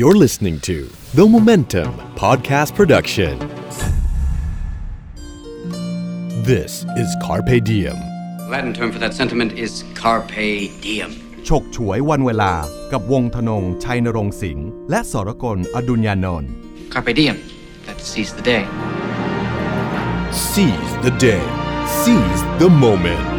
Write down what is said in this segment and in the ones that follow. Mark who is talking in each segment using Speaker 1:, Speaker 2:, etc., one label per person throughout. Speaker 1: You're listening to The Momentum Podcast Production. This is Carpe Diem.
Speaker 2: Latin term for that sentiment is carpe diem.
Speaker 3: ฉกฉวยวันเวลากับวงธนง ชัยนรงค์สิงห์และสรกลอดุญญานนท์
Speaker 2: Carpe diem. That seize the day.
Speaker 1: Seize the day. Seize the moment.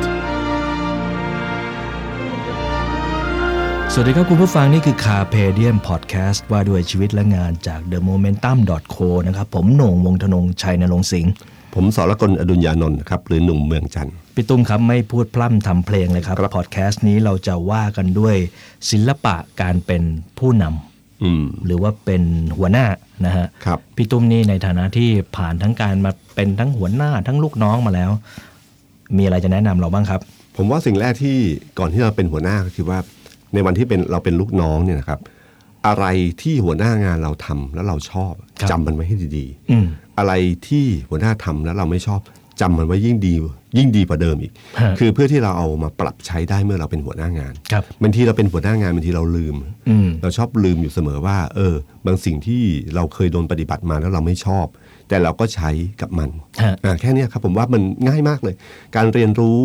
Speaker 4: สวัสดีครับคุณผู้ฟังนี่คือคาเพเดียมพอดแคสต์ว่าด้วยชีวิตและงานจาก The Momentum co นะครับผมโหน่งวงธนงชัยนรงค์สิงห์
Speaker 5: ผมสรกลอดุญญานนท์ครับหรือหนุ่มเมืองจันทร์
Speaker 4: พี่ตุ้มครับไม่พูดพร่ำทำเพลงเลยครับพอดแคสต์นี้เราจะว่ากันด้วยศิลปะการเป็นผู้น
Speaker 5: อืม
Speaker 4: ำหรือว่าเป็นหัวหน้านะฮะ
Speaker 5: ครับ
Speaker 4: พี่ตุ้มนี่ในฐานะที่ผ่านทั้งการมาเป็นทั้งหัวหน้าทั้งลูกน้องมาแล้ว มีอะไรจะแนะนำเราบ้างครับ
Speaker 5: ผมว่าสิ่งแรกที่ก่อนที่เราเป็นหัวหน้าก็คือว่า ในวันที่เป็นเราเป็นลูกน้องเนี่ยนะครับ อะไรที่หัวหน้างานเราทำแล้วเราชอบ
Speaker 4: ครับ
Speaker 5: จำมันไว้ให้ดี
Speaker 4: อืม
Speaker 5: อะไรที่หัวหน้าทำแล้วเราไม่ชอบจำมันไว้ยิ่งดี ยิ่งดีกว่าเดิมอีก
Speaker 4: ฮะ
Speaker 5: คือเพื่อที่เราเอามาปรับใช้ได้เมื่อเราเป็นหัวหน้างาน
Speaker 4: ครับ
Speaker 5: บางทีเราเป็นหัวหน้างานบางทีเราลืม
Speaker 4: อืม
Speaker 5: เราชอบลืมอยู่เสมอว่า เออ บางสิ่งที่เราเคยโดนปฏิบัติมาแล้วเราไม่ชอบ แต่เราก็ใช้กับมัน
Speaker 4: ฮะ
Speaker 5: อ่าแค่เนี้ยครับผมว่ามันง่ายมากเลย การเรียนรู้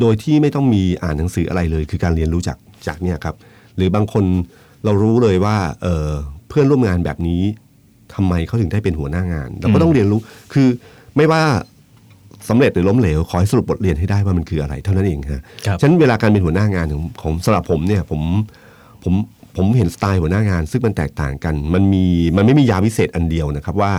Speaker 5: โดยที่ไม่ต้องมีอ่านหนังสืออะไรเลย คือการเรียนรู้จากจากเนี่ยครับ หรือบางคนเรารู้เลยว่าเอ่อเพื่อนร่วมงานแบบนี้ทำไมเขาถึงได้เป็นหัวหน้างาน เราก็ต้องเรียนรู้คือไม่ว่าสำเร็จหรือล้มเหลวขอให้สรุปบทเรียนให้ได้ว่ามันคืออะไรเท่านั้นเองฮะ
Speaker 4: ครับ
Speaker 5: ฉะนั้นเวลาการเป็นหัวหน้างานของของสำหรับผมเนี่ยผมผมผมเห็นสไตล์หัวหน้างาน ซึ่งมันแตกต่างกัน มันมีมันไม่มียาวิเศษอันเดียวนะครับว่า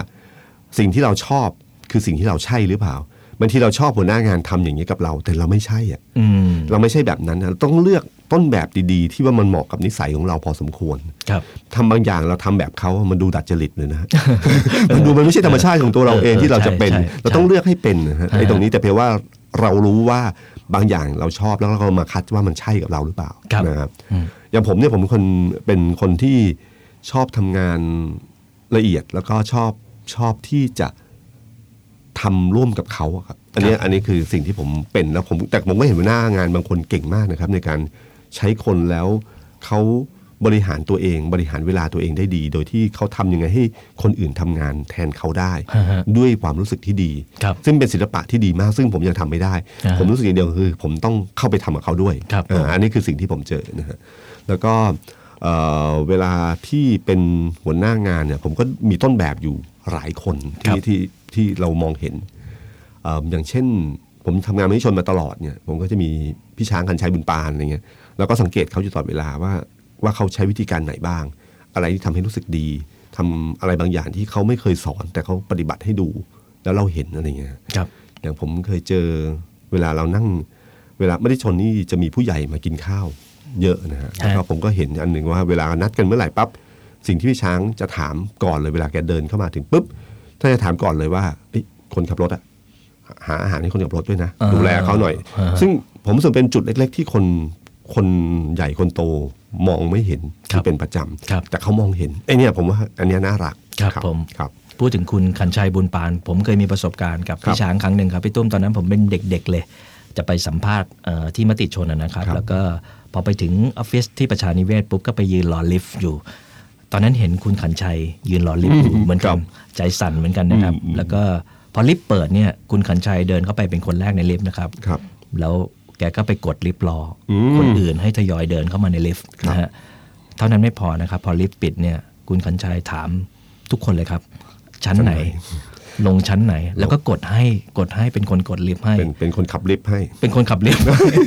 Speaker 5: สิ่งที่เราชอบคือสิ่งที่เราใช่หรือเปล่าบางทีเราชอบหัวหน้างานทำอย่างนี้กับเรา แต่เราไม่ใช่อะ
Speaker 4: อืม
Speaker 5: เราไม่ใช่แบบนั้นนะเราต้องเลือกต้นแบบดีๆ ที่ว่ามันเหมาะกับนิสัยของเราพอสมควร
Speaker 4: ครับ
Speaker 5: ทำบางอย่างเราทำแบบเขามันดูดัดจริตเลยนะ ฮะ มันดูมันไม่ใช่ธรรมชาติของตัวเราเอง
Speaker 4: เออ
Speaker 5: ที่เราจะ
Speaker 4: ใช่
Speaker 5: เป็น
Speaker 4: ใช่
Speaker 5: เราต้องเลือกให้เป็นนะฮะ
Speaker 4: อ่า
Speaker 5: ไอ้ตรงนี้แต่เพียงว่าเรารู้ว่าบางอย่างเราชอบแล้วเราก็มาคัดว่ามันใช่กับเราหรือเปล่า
Speaker 4: ครับ
Speaker 5: นะครับ
Speaker 4: อืม
Speaker 5: อย่างผมเนี่ยผมเป็นคนเป็นคนที่ชอบทำงานละเอียดแล้วก็ชอบชอบที่จะทำร่วมกับเขาอะครับ อันเนี้ยอันนี้คือสิ่งที่ผมเป็นแล้วผมแต่ผมก็เห็นว่าหน้างานบางคนเก่งมากนะครับ ในการใช้คนแล้วเขาบริหารตัวเอง บริหารเวลาตัวเองได้ดี โดยที่เขาทำยังไงให้คนอื่นทำงานแทนเขาได้
Speaker 4: ฮะฮะ
Speaker 5: ด้วยความรู้สึกที่ดี
Speaker 4: ครับ
Speaker 5: ซึ่งเป็นศิลปะที่ดีมาก ซึ่งผมยังทำไม่ได้
Speaker 4: อ่าฮะ
Speaker 5: ผมรู้สึกอย่างเดียวคือ ผมต้องเข้าไปทำกับเขาด้วย
Speaker 4: ครับ
Speaker 5: เอ่อ อันนี้คือสิ่งที่ผมเจอนะฮะ แล้วก็เอ่อเวลาที่เป็นหัวหน้างานเนี่ย ผมก็มีต้นแบบอยู่หลายคน
Speaker 4: ครั
Speaker 5: ที่
Speaker 4: บ
Speaker 5: ที่ที่เรามองเห็นเอ่ออย่างเช่น ผมทำงานมนิชนมาตลอดเนี่ย ผมก็จะมีพี่ช้างคันชัยบุญปานอะไรเงี้ย แล้วก็สังเกตเขาอยู่ตลอดเวลาว่าว่าเขาใช้วิธีการไหนบ้าง อะไรที่ทำให้รู้สึกดีทำอะไรบางอย่างที่เขาไม่เคยสอน แต่เขาปฏิบัติให้ดู แล้วเราเห็นอะไรเงี้ย
Speaker 4: ครับ
Speaker 5: อย่างผมเคยเจอเวลาเรานั่ง เวลาไม่ได้ชนนี่จะมีผู้ใหญ่มากินข้าวเยอะนะฮะ
Speaker 4: ฮะ
Speaker 5: แล้วก็ผมก็เห็นอันหนึ่งว่าเวลานัดกันเมื่อไหร่ปั๊บสิ่งที่พี่ช้างจะถามก่อนเลยเวลาแกเดินเข้ามาถึงปุ๊บถ้าจะถามก่อนเลยว่าเอ้ยคนขับรถอะหาอาหารให้คนขับรถด้วยนะ ดูแลเขาหน่อย ซึ่งผมรู้สึกเป็นจุดเล็ก ๆ ที่คนคนใหญ่คนโตมองไม่เห็น
Speaker 4: ครั
Speaker 5: ที่
Speaker 4: บ
Speaker 5: เป็นประจ
Speaker 4: ครับ
Speaker 5: ำแต่เขามองเห็นไอ้เนี่ยผมว่าอันเนี้ยน่ารัก
Speaker 4: ครับผม
Speaker 5: ครับ
Speaker 4: พูดถึงคุณขันชัยบุญปาน ผมเคยมีประสบการณ์กับ
Speaker 5: ครั
Speaker 4: พี่
Speaker 5: บ
Speaker 4: ช้างครั้งหนึ่งครับพี่ตุ้มตอนนั้นผมเป็นเด็กๆเลย จะไปสัมภาษณ์เอ่อที่มติชนนะนะครับ
Speaker 5: ครับ
Speaker 4: แล้วก็พอไปถึงออฟฟิศที่ประชานิเวศปุ๊บก็ไปยืนรอลิฟต์อยู่ ตอนนั้นเห็นคุณขันชัยยืนรอลิฟต์อยู่เหมือนกันใจสั่นเหมือนกันนะครับ แล้วก็พอลิฟต์เปิดเนี่ยคุณขันชัยเดินเข้าไปเป็นคนแรกในลิฟต์นะครับ
Speaker 5: ครับ
Speaker 4: แล้วแกก็ไปกดลิฟต์รออคนอื่นให้ทยอยเดินเข้ามาในลิฟต์นะฮะเท่านั้นไม่พอนะครับ พอลิฟต์ปิดเนี่ย คุณขันชัยถามทุกคนเลยครับ ชั้นไหน ลงชั้นไหน แล้วก็กดให้กดให้เป็นคนกดลิฟต์ให้
Speaker 5: เป็นเป็นคนขับลิฟต์ให้
Speaker 4: เป็นคนขับลิฟต์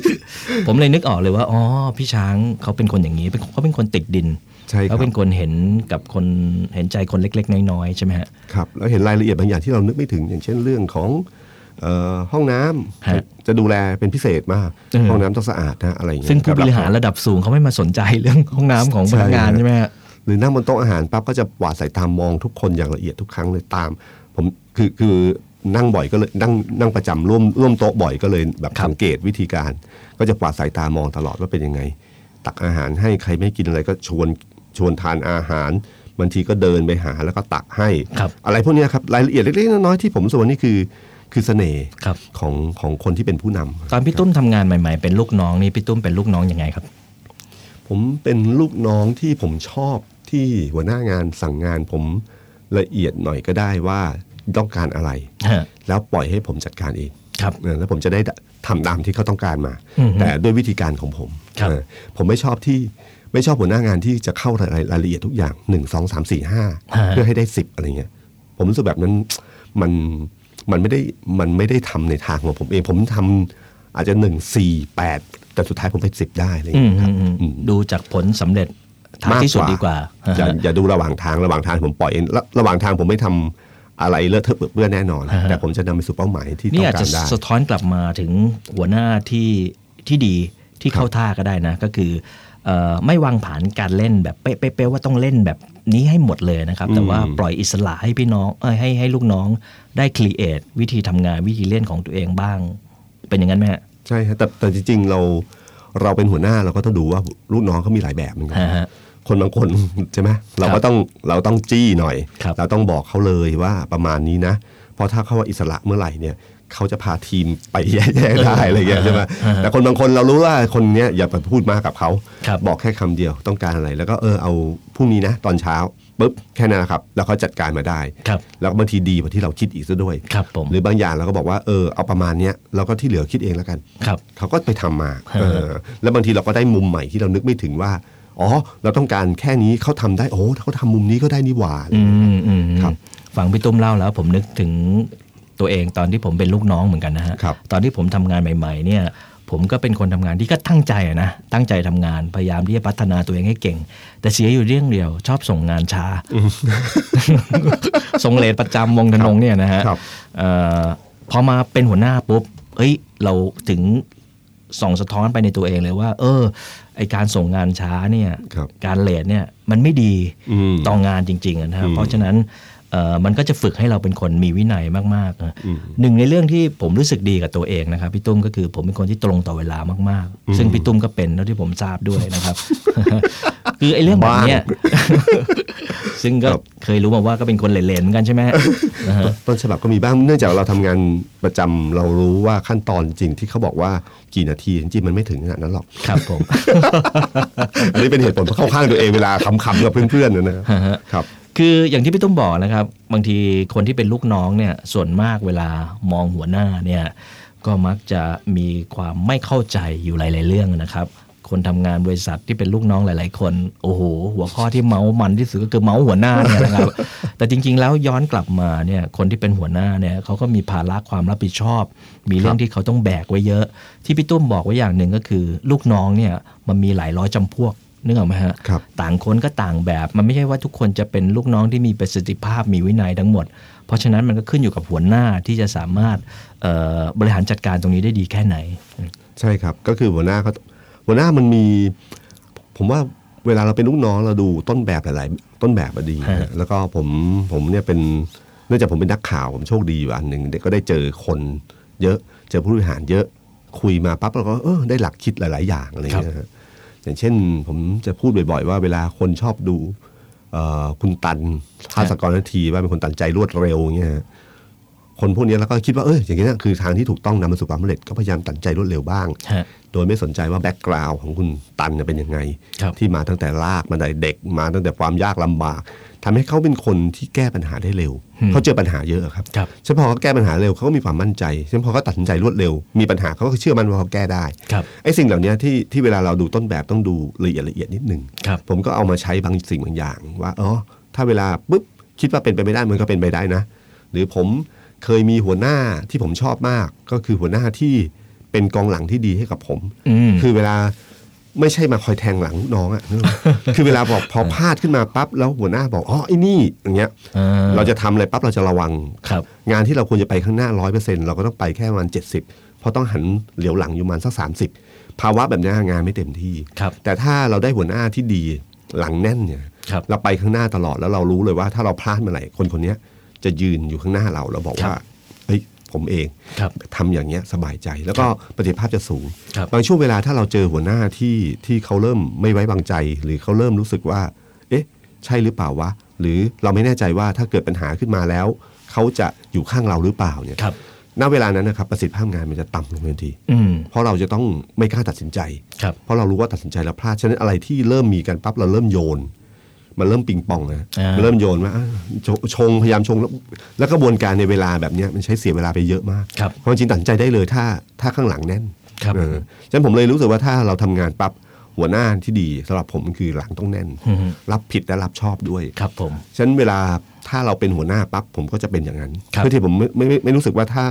Speaker 4: ผมเลยนึกออกเลยว่าอ๋อพี่ช้างเขาเป็นคนอย่างนี้เป็นเขาเป็นคนติดดิน
Speaker 5: ใช่ครับ
Speaker 4: เขาเป็นคนเห็นกับคนเห็นใจคนเล็ก ๆ น้อยๆใช่ไหมฮะ
Speaker 5: ครับแล้วเห็นรายละเอียดบางอย่างที่เรานึกไม่ถึง อย่างเช่นเรื่องของเออห้องน้ำ
Speaker 4: ฮะ
Speaker 5: จะจะดูแลเป็นพิเศษมาก
Speaker 4: เออ
Speaker 5: ห้องน้ำต้องสะอาดนะอะไรอย่างเงี้ย
Speaker 4: ซึ่งผู้บริหารระดับสูงเขาไม่มาสนใจเรื่องห้องน้ำของพนักงานใช่ไหมฮะ
Speaker 5: หรือนั่งบนโต๊ะอาหารปั๊บก็จะกวาดสายตามองทุกคนอย่างละเอียดทุกครั้งเลยตาม ผมคือคือนั่งบ่อยก็เลยนั่งนั่งประจำร่วมร่วมโต๊ะบ่อยก็เลยแบบ
Speaker 4: ครับ
Speaker 5: สังเกตวิธีการ ก็จะกวาดสายตามองตลอดว่าเป็นยังไง ตักอาหารให้ใครไม่กินอะไรก็ชวนชวนทานอาหารบางทีก็เดินไปหาแล้วก็ตักให้
Speaker 4: ครับ
Speaker 5: อะไรพวกเนี้ยครับรายละเอียดเล็กๆน้อยๆที่ผมส่วนนี่คือคือเสน่ห์
Speaker 4: ครับ
Speaker 5: ของของคนที่เป็นผู้นำ
Speaker 4: ตอนพี่ตุ้มทำงานใหม่ๆ เป็นลูกน้องนี่พี่ตุ้มเป็นลูกน้องยังไงครับ
Speaker 5: ผมเป็นลูกน้องที่ผมชอบ ที่หัวหน้างานสั่งงานผมละเอียดหน่อยก็ได้ว่าต้องการอะไร
Speaker 4: ฮะ
Speaker 5: แล้วปล่อยให้ผมจัดการเอง
Speaker 4: ครับ
Speaker 5: เออแล้วผมจะได้ทำตามที่เขาต้องการมา
Speaker 4: อือฮึ
Speaker 5: แต่ด้วยวิธีการของผม
Speaker 4: ครับ
Speaker 5: เออผมไม่ชอบที่ไม่ชอบหัวหน้างานที่จะเข้ารายรายละเอียดทุกอย่างหนึ่งสองสามสี่ห้า
Speaker 4: ฮะ
Speaker 5: เพื่อให้ได้สิบอะไรเงี้ย ผมรู้สึกแบบนั้นมันมันไม่ได้มันไม่ได้ทำในทางของผมเอง ผมทำอาจจะหนึ่งสี่แปดแต่สุดท้ายผมเป็นสิบได้อะไร
Speaker 4: อืม
Speaker 5: เงี้ยครับ
Speaker 4: อืมอืมดูจากผลสำเร็จท้ายที่สุดดีกว่าฮะ
Speaker 5: อย่าอย่าดูระหว่างทางระหว่างทางผมปล่อยเองระระหว่างทางผมไม่ทำอะไรเลอะเทอะเปื้อนเปื้อนแน่นอน
Speaker 4: อ่าฮะ
Speaker 5: แต่ผมจะนำไปสู่เป้าหมายที่ต้
Speaker 4: นี่
Speaker 5: อง
Speaker 4: อาจ
Speaker 5: กา
Speaker 4: จะ
Speaker 5: รได้
Speaker 4: สะท้อนกลับมาถึงหัวหน้าที่ที่ดีที่เข้าท่าก็ได้นะ ก็คือเอ่อไม่วางผานการเล่นแบบเป๊ะๆว่าต้องเล่นแบบนี้ให้หมดเลยนะครับ แต่ว่าปล่อยอิสระให้พี่น้องเอ้ยให้ให้ลูกน้องได้ครีเอทวิธีทำงานวิธีเล่นของตัวเองบ้าง เป็นอย่างนั้นไหมฮะ
Speaker 5: ใช่ฮะแต่แต่จริงๆเราเราเป็นหัวหน้าเราก็ต้องดูว่าลูกน้องเขามีหลายแบบเหมือนกั
Speaker 4: อ่าฮะ
Speaker 5: คนบางคน ใช่ไหมเราก็ต้องเราต้องจี้หน่อย
Speaker 4: ครับ
Speaker 5: เราต้องบอกเขาเลยว่าประมาณนี้นะ เพราะถ้าเขาว่าอิสระเมื่อไหร่เนี่ยเขาจะพาทีมไปแย่ๆ ได้อะไรอย่างเงี้ยใช่ไหมแต่คนบางคนเรารู้ว่าคนเนี้ยอย่าไปพูดมากกับเขา
Speaker 4: ครับ
Speaker 5: อกแค่คำเดียวต้องการอะไร แล้วก็เออเอาพรุ่งนี้นะ ตอนเช้าปุ๊บแค่นั้นนะครับ แล้วเขาจัดการมาได้
Speaker 4: ครับ
Speaker 5: แล้วบางทีดีกว่าที่เราคิดอีกซะด้วย
Speaker 4: ครับผม
Speaker 5: หรือบางอย่างเราก็บอกว่าเออเอาประมาณเนี้ยเราก็ที่เหลือคิดเองแล้วกัน
Speaker 4: ครับ
Speaker 5: เขาก็ไปทำมาเออแล้วบางทีเราก็ได้มุมใหม่ที่เรานึกไม่ถึงว่า อ๋อ เราต้องการแค่นี้เขาทำได้ โอ้เขาทำมุมนี้ก็ได้นี่หว่า
Speaker 4: อืมอืม
Speaker 5: ครับ
Speaker 4: ฟังพี่ตุ้มเล่าแล้วผมนึกถึงตัวเองตอนที่ผมเป็นลูกน้องเหมือนกันนะฮะ
Speaker 5: ครับ
Speaker 4: ตอนที่ผมทำงานใหม่ ๆ เนี่ย ผมก็เป็นคนทำงานที่ก็ตั้งใจอะนะตั้งใจทำงานพยายามที่จะพัฒนาตัวเองให้เก่ง แต่เสียอยู่เรื่องเดียว ชอบส่งงาน ช้า ส่งเลทประจำวงธนงเนี่ยนะฮะ
Speaker 5: ครับ
Speaker 4: เอ่อพอมาเป็นหัวหน้าปุ๊บเอ้ยเราถึงส่องสะท้อนไปในตัวเองเลยว่า เออไอการส่งงานช้าเนี่ย
Speaker 5: ครับ
Speaker 4: การเลทเนี่ยมันไม่ดี
Speaker 5: อืม
Speaker 4: ต่องานจริงๆอะนะครับเพราะฉะนั้นเอ่อมันก็จะฝึกให้เราเป็นคนมีวินัยมากๆนะหนึ่งในเรื่องที่ผมรู้สึกดีกับตัวเองนะครับพี่ตุ้มก็คือผมเป็นคนที่ตรงต่อเวลามากๆ ซึ่งพี่ตุ้มก็เป็นเท่าที่ผมทราบด้วยนะครับ คือไอ้เรื่องแบบเนี้ย ซึ่งก็
Speaker 5: ครับ
Speaker 4: เคยรู้มาว่าก็เป็นคนเหลนๆเหมือนกันใช่ไหม นะฮะ
Speaker 5: ต้นฉบับก็มีบ้างเนื่องจากเราทำงานประจำเรารู้ว่าขั้นตอนจริงที่เขาบอกว่ากี่นาทีจริงๆมันไม่ถึงขนาดนั้นหรอก
Speaker 4: ครับผม
Speaker 5: อันนี้เป็นเหตุผลเพราะเข้าข้างตัวเองเวลาขำๆกับเพื่อนๆนะนะ
Speaker 4: ฮะฮะ
Speaker 5: ครับ
Speaker 4: คืออย่างที่พี่ตุ้มบอกนะครับ บางทีคนที่เป็นลูกน้องเนี่ยส่วนมากเวลามองหัวหน้าเนี่ยก็มักจะมีความไม่เข้าใจอยู่หลาย ๆ เรื่องนะครับ คนทำงานบริษัทที่เป็นลูกน้องหลาย ๆ คน โอ้โห หัวข้อที่เมาส์มันที่สุดก็คือเมาส์หัวหน้าเนี่ยนะครับ แต่จริง ๆ แล้วย้อนกลับมาเนี่ยคนที่เป็นหัวหน้าเนี่ยเขาก็มีภาระความรับผิดชอบ มีเรื่องที่เขาต้องแบกไว้เยอะ ที่พี่ตุ้มบอกไว้อย่างหนึ่งก็คือ ลูกน้องเนี่ยมันมีหลายร้อยจำพวกนึกออกไหมฮะ
Speaker 5: ครับ
Speaker 4: ต่างคนก็ต่างแบบ มันไม่ใช่ว่าทุกคนจะเป็นลูกน้องที่มีประสิทธิภาพมีวินัยทั้งหมด เพราะฉะนั้นมันก็ขึ้นอยู่กับหัวหน้าที่จะสามารถเอ่อบริหารจัดการตรงนี้ได้ดีแค่ไหน
Speaker 5: ใช่ครับ ก็คือหัวหน้าก็หัวหน้ามันมี ผมว่าเวลาเราเป็นลูกน้องเราดูต้นแบบหลาย ๆ ต้นแบบอะดี
Speaker 4: ฮะ
Speaker 5: แล้วก็ผมผมเนี่ยเป็นเนื่องจากผมเป็นนักข่าวผมโชคดีอยู่อันหนึ่งเด็กก็ได้เจอคนเยอะเจอผู้บริหารเยอะคุยมาปั๊บเราก็เออได้หลักคิดหลาย ๆ อย่างอะไรอย่างเงี้ยฮะอย่างเช่น ผมจะพูดบ่อย ๆ ว่าเวลาคนชอบดูเอ่อคุณตันภาสกรนาทีว่าเป็นคนตันใจรวดเร็วอย่างเงี้ยฮะ คนพวกนี้แล้วก็คิดว่าเอออย่างนี้นะคือทางที่ถูกต้องนำมาสู่ความสำเร็จก็พยายามตัดใจรวดเร็วบ้าง
Speaker 4: ฮะ
Speaker 5: โดยไม่สนใจว่าแบ็กกราวของคุณตันเนี่ยเป็นยังไง
Speaker 4: ครับ
Speaker 5: ที่มาตั้งแต่รากมาตั้งแต่เด็กมาตั้งแต่ความยากลำบากทำให้เขาเป็นคนที่แก้ปัญหาได้เร็วเขาเจอปัญหาเยอะครับ
Speaker 4: ครับ
Speaker 5: ฉันพอเขาแก้ปัญหาเร็วเขาก็มีความมั่นใจฉันพอเขาตัดสินใจรวดเร็ว มีปัญหาเขาก็เชื่อมันว่าเขาแก้ได้
Speaker 4: ครับ
Speaker 5: ไอ้สิ่งเหล่านี้ที่ที่เวลาเราดูต้นแบบต้องดูละเอียดละเอียดนิดหนึ่ง
Speaker 4: ครับ
Speaker 5: ผมก็เอามาใช้บางสิ่งบางอย่างว่าอ๋อถ้าเวลาปุ๊บคิดว่าเป็นไปไม่ได้มันก็เป็นไปได้นะ หรือผมเคยมีหัวหน้าที่ผมชอบมาก ก็คือหัวหน้าที่เป็นกองหลังที่ดีให้กับผม
Speaker 4: อืม
Speaker 5: คือเวลาไม่ใช่มาคอยแทงหลังลูกน้องอะ นึกออกไหม คือเวลาบอกพอพลาดขึ้นมาปั๊บแล้วหัวหน้าบอกอ๋อไอ้นี่อย่างเงี้ย
Speaker 4: อ่า
Speaker 5: เราจะทำอะไรปั๊บเราจะระวัง
Speaker 4: ครับ
Speaker 5: งานที่เราควรจะไปข้างหน้าร้อยเปอร์เซ็นต์เราก็ต้องไปแค่ประมาณเจ็ดสิบเพราะต้องหันเหลียวหลังอยู่ประมาณสักสามสิบภาวะแบบนี้งานไม่เต็มที่
Speaker 4: ครับ
Speaker 5: แต่ถ้าเราได้หัวหน้าที่ดีหลังแน่นเนี่ย
Speaker 4: ครับ
Speaker 5: เราไปข้างหน้าตลอดแล้วเรารู้เลยว่าถ้าเราพลาดเมื่อไหร่คนคนเนี้ยจะยืนอยู่ข้างหน้าเราแล้วบอก
Speaker 4: ครับ
Speaker 5: ว่าเอ้ยผมเอง
Speaker 4: ครับ
Speaker 5: ทำอย่างเงี้ยสบายใจ แล้วก็ประสิทธิภาพจะสูง
Speaker 4: ครับ
Speaker 5: งช่วงเวลาถ้าเราเจอหัวหน้าที่ที่เขาเริ่มไม่ไว้วางใจ หรือเขาเริ่มรู้สึกว่า เอ๊ะ ใช่หรือเปล่าวะ หรือเราไม่แน่ใจว่าถ้าเกิดปัญหาขึ้นมาแล้ว เขาจะอยู่ข้างเราหรือเปล่าเนี่ย
Speaker 4: ครับ
Speaker 5: ณเวลานั้นนะครับประสิทธิภาพงานมันจะต่ำลงทันที
Speaker 4: อืม
Speaker 5: เพราะเราจะต้องไม่กล้าตัดสินใจ
Speaker 4: ครับ
Speaker 5: เพราะเรารู้ว่าตัดสินใจแล้วพลาด ฉะนั้นอะไรที่เริ่มมีกันปั๊บเราเริ่มโยน มันเริ่มปิงปองนะ
Speaker 4: อ่ามั
Speaker 5: นเริ่มโยนว่าอ่ะชงชงพยายามชงแล้วแล้วกระบวนการในเวลาแบบเนี้ยมันใช้เสียเวลาไปเยอะมาก
Speaker 4: ครับ
Speaker 5: เพราะจริงๆตัดสินใจได้เลยถ้าถ้าข้างหลังแน่น
Speaker 4: ครับ
Speaker 5: เออฉะนั้นผมเลยรู้สึกว่าถ้าเราทำงานปั๊บหัวหน้าที่ดีสำหรับผมคือหลังต้องแน่น
Speaker 4: อือฮึ
Speaker 5: รับผิดและรับชอบด้วย
Speaker 4: ครับผม
Speaker 5: ฉะนั้นเวลาถ้าเราเป็นหัวหน้าปั๊บผมก็จะเป็นอย่างนั้น
Speaker 4: ครับ
Speaker 5: เพื่อที่ผมไม่ไมไม่ไม่รู้สึกว่าถ้า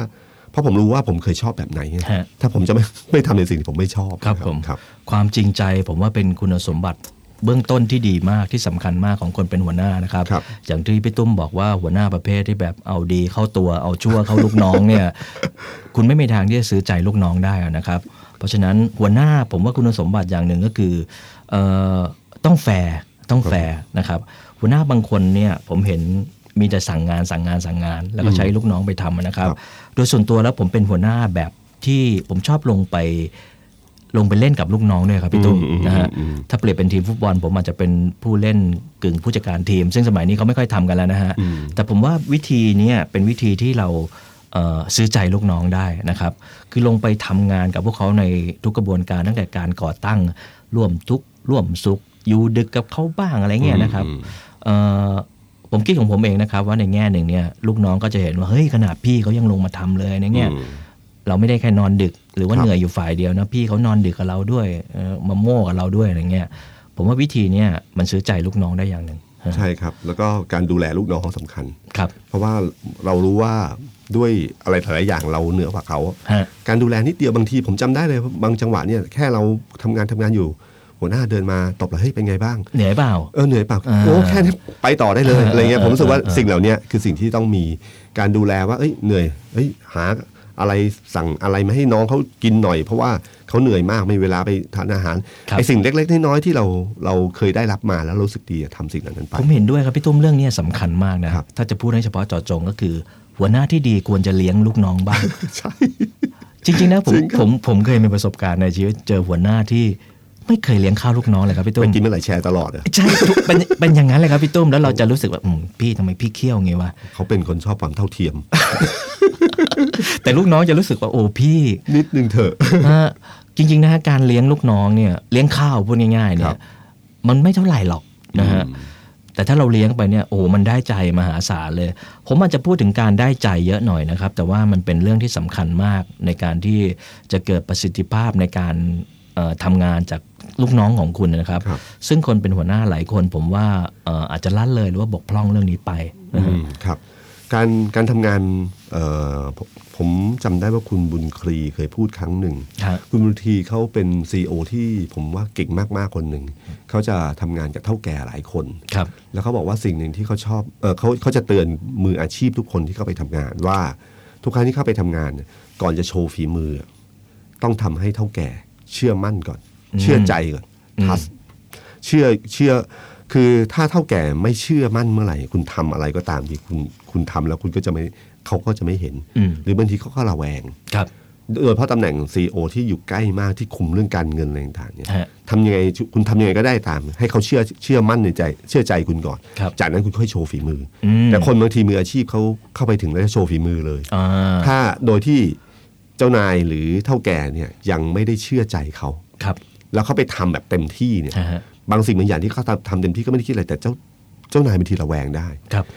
Speaker 5: เพราะผมรู้ว่าผมเคยชอบแบบไหนไง
Speaker 4: ฮะ
Speaker 5: ถ้าผมจะไม่ไม่ทำในสิ่งที่ผมไม่ชอบ
Speaker 4: ครับผม
Speaker 5: ครับ
Speaker 4: ความจริงใจผมว่าเป็นคุณสมบัติเบื้องต้นที่ดีมากที่สำคัญมากของคนเป็นหัวหน้านะครับ
Speaker 5: ครับ
Speaker 4: อย่างที่พี่ตุ้มบอกว่าหัวหน้าประเภทที่แบบเอาดีเข้าตัวเอาชั่วเข้าลูกน้องเนี่ย คุณไม่มีทางที่จะซื้อใจลูกน้องได้อะนะครับ เพราะฉะนั้นหัวหน้าผมว่าคุณสมบัติอย่างหนึ่งก็คือเออต้องแฟร์ต้องแฟร์นะครับ หัวหน้าบางคนเนี่ยผมเห็นมีแต่สั่งงานสั่งงานสั่งงาน แล้วก็ใช้ลูกน้องไปทำนะครับ โดยส่วนตัวแล้วผมเป็นหัวหน้าแบบที่ผมชอบลงไป ลงไปเล่นกับลูกน้องด้วยครับพี่ตุ้มนะฮะถ้าเปรียบเป็นทีมฟุตบอล ผมอาจจะเป็นผู้เล่นกึ่งผู้จัดการทีม ซึ่งสมัยนี้เขาไม่ค่อยทำกันแล้วนะฮะแต่ผมว่าวิธีเนี้ยเป็นวิธีที่เราเอ่อซื้อใจลูกน้องได้นะครับ คือลงไปทำงานกับพวกเขาในทุกกระบวนการตั้งแต่การก่อตั้ง ร่วมทุกข์ร่วมสุขอยู่ดึกกับเขาบ้างอะไรเงี้ยนะครับเอ่อ ผมคิดของผมเองนะครับว่าในแง่หนึ่งเนี่ยลูกน้องก็จะเห็นว่าเฮ้ยขนาดพี่เขายังลงมาทำเลยในแง่เราไม่ได้แค่นอนดึก หรือว่าเหนื่อยอยู่ฝ่ายเดียวนะพี่เขานอนดึกกับเราด้วยเอ่อมาโม่กับเราด้วยอะไรเงี้ยผมว่าวิธีเนี่ยมันซื้อใจลูกน้องได้อย่างหนึ่งฮะ
Speaker 5: ใช่ครับ แล้วก็การดูแลลูกน้องสำคัญ
Speaker 4: ครับ
Speaker 5: เพราะว่าเรารู้ว่าด้วยอะไรหลายๆอย่างเราเหนือกว่าเขา
Speaker 4: ฮะ
Speaker 5: การดูแลนิดเดียวบางทีผมจำได้เลยบางจังหวะเนี่ยแค่เราทำงานทำงานอยู่ หัวหน้าเดินมาตบเราเฮ้ยเป็นไงบ้าง
Speaker 4: เหนื่อยเปล่า
Speaker 5: เออเหนื่อยเปล่า
Speaker 4: อ่า
Speaker 5: โอ้แค่นี้ไปต่อได้เลย
Speaker 4: อ่า
Speaker 5: อะไรเงี้ยผมรู้สึกว่า
Speaker 4: อ่าอ่า
Speaker 5: สิ่งเหล่าเนี้ยคือสิ่งที่ต้องมีการดูแลว่าเอ้ยเหนื่อยเอ้ยหาอะไรสั่งอะไรมาให้น้องเขากินหน่อย เพราะว่าเขาเหนื่อยมากไม่มีเวลาไปทานอาหาร
Speaker 4: ครับ
Speaker 5: ไอสิ่งเล็กๆน้อยๆที่เราเราเคยได้รับมาแล้วรู้สึกดีอะทำสิ่งเหล่านั้นไป
Speaker 4: ผมเห็นด้วยครับพี่ตุ้มเรื่องเนี้ยสำคัญมากนะครับ ถ้าจะพูดให้เฉพาะเจาะจงก็คือ หัวหน้าที่ดีควรจะเลี้ยงลูกน้องบ้าง
Speaker 5: ใช่
Speaker 4: จริงๆนะผม
Speaker 5: จริงครับ
Speaker 4: ผมผมเคยมีประสบการณ์ในชีวิตเจอหัวหน้าที่ไม่เคยเลี้ยงข้าวลูกน้องเลยครับพี่ตุ้
Speaker 5: ไป
Speaker 4: ม
Speaker 5: กินเมื่อไหร่แชร์ตลอดอะ
Speaker 4: ใช่ ทุกเป็นเป็นอย่างนั้นเลยครับพี่ตุ้มแล้วเราจะรู้สึกแบบอืมพี่ทำไมพี่เคี้ยวไงวะ
Speaker 5: เขาเป็นคนชอบความเท่าเทียม
Speaker 4: แต่ลูกน้องจะรู้สึกว่าโอ้พี่
Speaker 5: นิดนึงเถอะ
Speaker 4: เอ่อจริง ๆ นะฮะการเลี้ยงลูกน้องเนี่ยเลี้ยงข้าวพูดง่ายๆเนี่
Speaker 5: ครั
Speaker 4: ย
Speaker 5: บ
Speaker 4: มันไม่เท่าไหร่หรอกนะฮะแต่ถ้าเราเลี้ยงไปเนี่ยโอ้โหมันได้ใจมหาศาลเลย ผมอาจจะพูดถึงการได้ใจเยอะหน่อยนะครับ แต่ว่ามันเป็นเรื่องที่สำคัญมากในการที่จะเกิดประสิทธิภาพในการเอ่อทำงานจากลูกน้องของคุณนะครับ ซึ่งคนเป็นหัวหน้าหลายคนผมว่าเอ่ออาจจะละเลยหรือว่าบกพร่องเรื่องนี้ไปนะฮะ
Speaker 5: อืมครับการการทำงานเอ่อผมผมจำได้ว่าคุณบุญครีเคยพูดครั้งหนึ่ง
Speaker 4: ครับ
Speaker 5: คุณบุญครีเขาเป็นซีอที่ผมว่าเก่งมากๆคนหนึ่งเขาจะทำงานกับเท่าแก่หลายคน
Speaker 4: ครับ
Speaker 5: แล้วเขาบอกว่าสิ่งหนึ่งที่เขาชอบเออเขาเขาจะเตือนมืออาชีพทุกคนที่เข้าไปทำงานว่าทุกครั้งที่เข้าไปทำงานเนี่ยก่อนจะโชว์ฝีมือ ต้องทำให้เท่าแก่ เชื่อมั่นก่อน เชื่อใจก่อนทัสเชื่อเชื่อ คือถ้าเท่าแก่ไม่เชื่อมั่นเมื่อไหร่ คุณทำอะไรก็ตามที่คุณคุณทำแล้วคุณก็จะไม่เขาก็จะไม่เห็น
Speaker 4: อืม
Speaker 5: หรือบางทีเขาก็ระแวง
Speaker 4: ครับ
Speaker 5: โดยเฉพราะตำแหน่ง CEO ที่อยู่ใกล้มากที่คุมเรื่องการเงินอะไรต่างๆเนี่ย
Speaker 4: ฮะ
Speaker 5: ทำยังไงคุณทำยังไงก็ได้ตาม ให้เขาเชื่อเชื่อมั่นในใจ เชื่อใจคุณก่อน
Speaker 4: ครับ
Speaker 5: จากนั้นคุณค่อยโชว์ฝีมืออ
Speaker 4: ม
Speaker 5: แต่คนบางทีมืออาชีพเขาเข้าไปถึงแล้วจะโชว์ฝีมือเลย
Speaker 4: อ่า
Speaker 5: ถ้าโดยที่เจ้านายหรือเท่าแก่เนี่ยยังไม่ได้เชื่อใจเขา
Speaker 4: ครับ
Speaker 5: แล้วเขาไปทำแบบเต็มที่เนี่ย
Speaker 4: ฮะฮะ
Speaker 5: บางสิ่งบางอย่างที่เขาทำทำเต็มที่ก็ไม่ได้คิดอะไรแต่เจ้าเจ้านายบางทีระแวงได้
Speaker 4: ครับ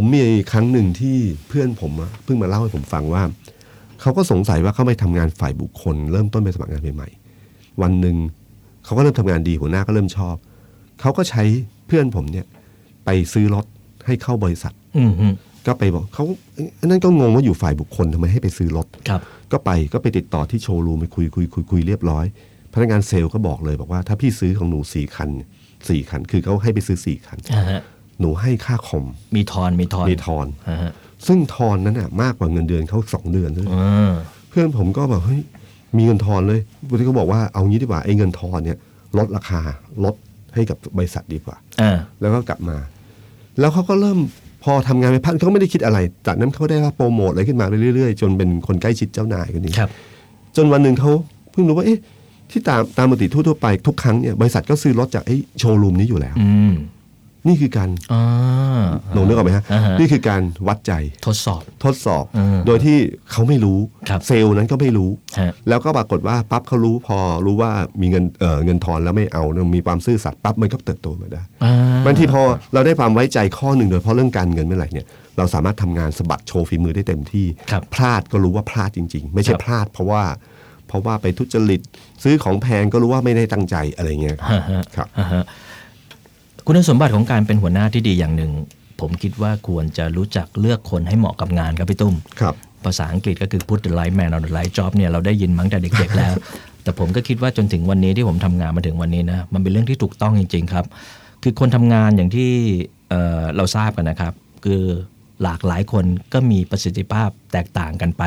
Speaker 5: ผมมีครั้งหนึ่งที่เพื่อนผมอะเพิ่งมาเล่าให้ผมฟังว่า เขาก็สงสัยว่าเขาไปทำงานฝ่ายบุคคล เริ่มต้นไปสมัครงานใหม่ๆวันหนึ่งเขาก็เริ่มทำงานดีหัวหน้าก็เริ่มชอบ เขาก็ใช้เพื่อนผมเนี่ย ไปซื้อรถให้เข้าบริษัท
Speaker 4: อืมฮึ
Speaker 5: ก็ไปบอกเขาเอ้ยอันนั้นก็งงว่าอยู่ฝ่ายบุคคลทำไมให้ไปซื้อรถ
Speaker 4: ครับ
Speaker 5: ก็ไปก็ไปติดต่อที่โชว์รูมไปคุยคุยคุยคุยเรียบร้อย พนักงานเซลล์ก็บอกเลยบอกว่าถ้าพี่ซื้อของหนูสี่คันสี่คัน คือเขาให้ไปซื้อสี่คัน
Speaker 4: อ่าฮะ
Speaker 5: หนูให้ค่าคอม
Speaker 4: มีทอนมีทอน
Speaker 5: มีทอน
Speaker 4: อ่าฮะ
Speaker 5: ซึ่งทอนนั้นน่ะมากกว่าเงินเดือนเขาสองเดือนด้วย
Speaker 4: อ่า
Speaker 5: เพื่อนผมก็แบบเฮ้ยมีเงินทอนเลยบางทีก็บอกว่าเอางี้ดีกว่าไอ้เงินทอนเนี่ยลดราคาลดให้กับบริษัทดีกว่า
Speaker 4: อ่า
Speaker 5: แล้วก็กลับมา แล้วเขาก็เริ่มพอทำงานไปพักเขาก็ไม่ได้คิดอะไรจากนั้นเขาได้รับโปรโมทอะไรขึ้นมาเรื่อยๆ จนเป็นคนใกล้ชิดเจ้านายคนนี้
Speaker 4: ครับ
Speaker 5: จนวันหนึ่งเขาเพิ่งรู้ว่าเอ๊ะที่ตามตามปกติทั่วๆไปทุกครั้งเนี่ยบริษัทก็ซื้อรถจากไอ้โชว์รูมนี้อยู่แล้ว
Speaker 4: อืม
Speaker 5: นี่คือการ
Speaker 4: อ่า
Speaker 5: หนูนึกออกไหมฮะ
Speaker 4: อ่าฮะ
Speaker 5: นี่คือการวัดใจ
Speaker 4: ทดสอบ
Speaker 5: ทดสอบ
Speaker 4: อืม
Speaker 5: โดยที่เขาไม่รู้
Speaker 4: ครับ
Speaker 5: เซลล์นั้นก็ไม่รู้
Speaker 4: ฮะ
Speaker 5: แล้วก็ปรากฏว่าปั๊บเขารู้พอรู้ว่ามีเงินเอ่อเงินทอนแล้วไม่เอามีความซื่อสัตย์ปั๊บมันก็เติบโตมาได้
Speaker 4: อ่า
Speaker 5: บางทีพอเราได้ความไว้ใจข้อหนึ่งโดยเฉพาะเรื่องการเงินเมื่อไหร่เนี่ยเราสามารถทำงานสะบัดโชว์ฝีมือได้เต็มที่
Speaker 4: ครับ
Speaker 5: พลาดก็รู้ว่าพลาดจริง ๆ ไม่ใช่
Speaker 4: ครับ
Speaker 5: พลาดเพราะว่า เพราะว่าไปทุจริตซื้อของแพงก็รู้ว่าไม่ได้ตั้งใจอะไรเงี้ยครั
Speaker 4: ฮะฮะ
Speaker 5: ครับ
Speaker 4: อ่าฮะคุณสมบัติของการเป็นหัวหน้าที่ดีอย่างหนึ่ง ผมคิดว่าควรจะรู้จักเลือกคนให้เหมาะกับงานครับพี่ตุ้ม
Speaker 5: ครับ
Speaker 4: ภาษาอังกฤษก็คือ put the right man on the right job เนี่ยเราได้ยินมาตั้งแต่เด็กๆแล้ว แต่ผมก็คิดว่าจนถึงวันนี้ที่ผมทำงานมาถึงวันนี้นะมันเป็นเรื่องที่ถูกต้องจริง ๆ ครับ คือคนทำงานอย่างที่เอ่อเราทราบกันนะครับ คือหลากหลายคนก็มีประสิทธิภาพแตกต่างกันไป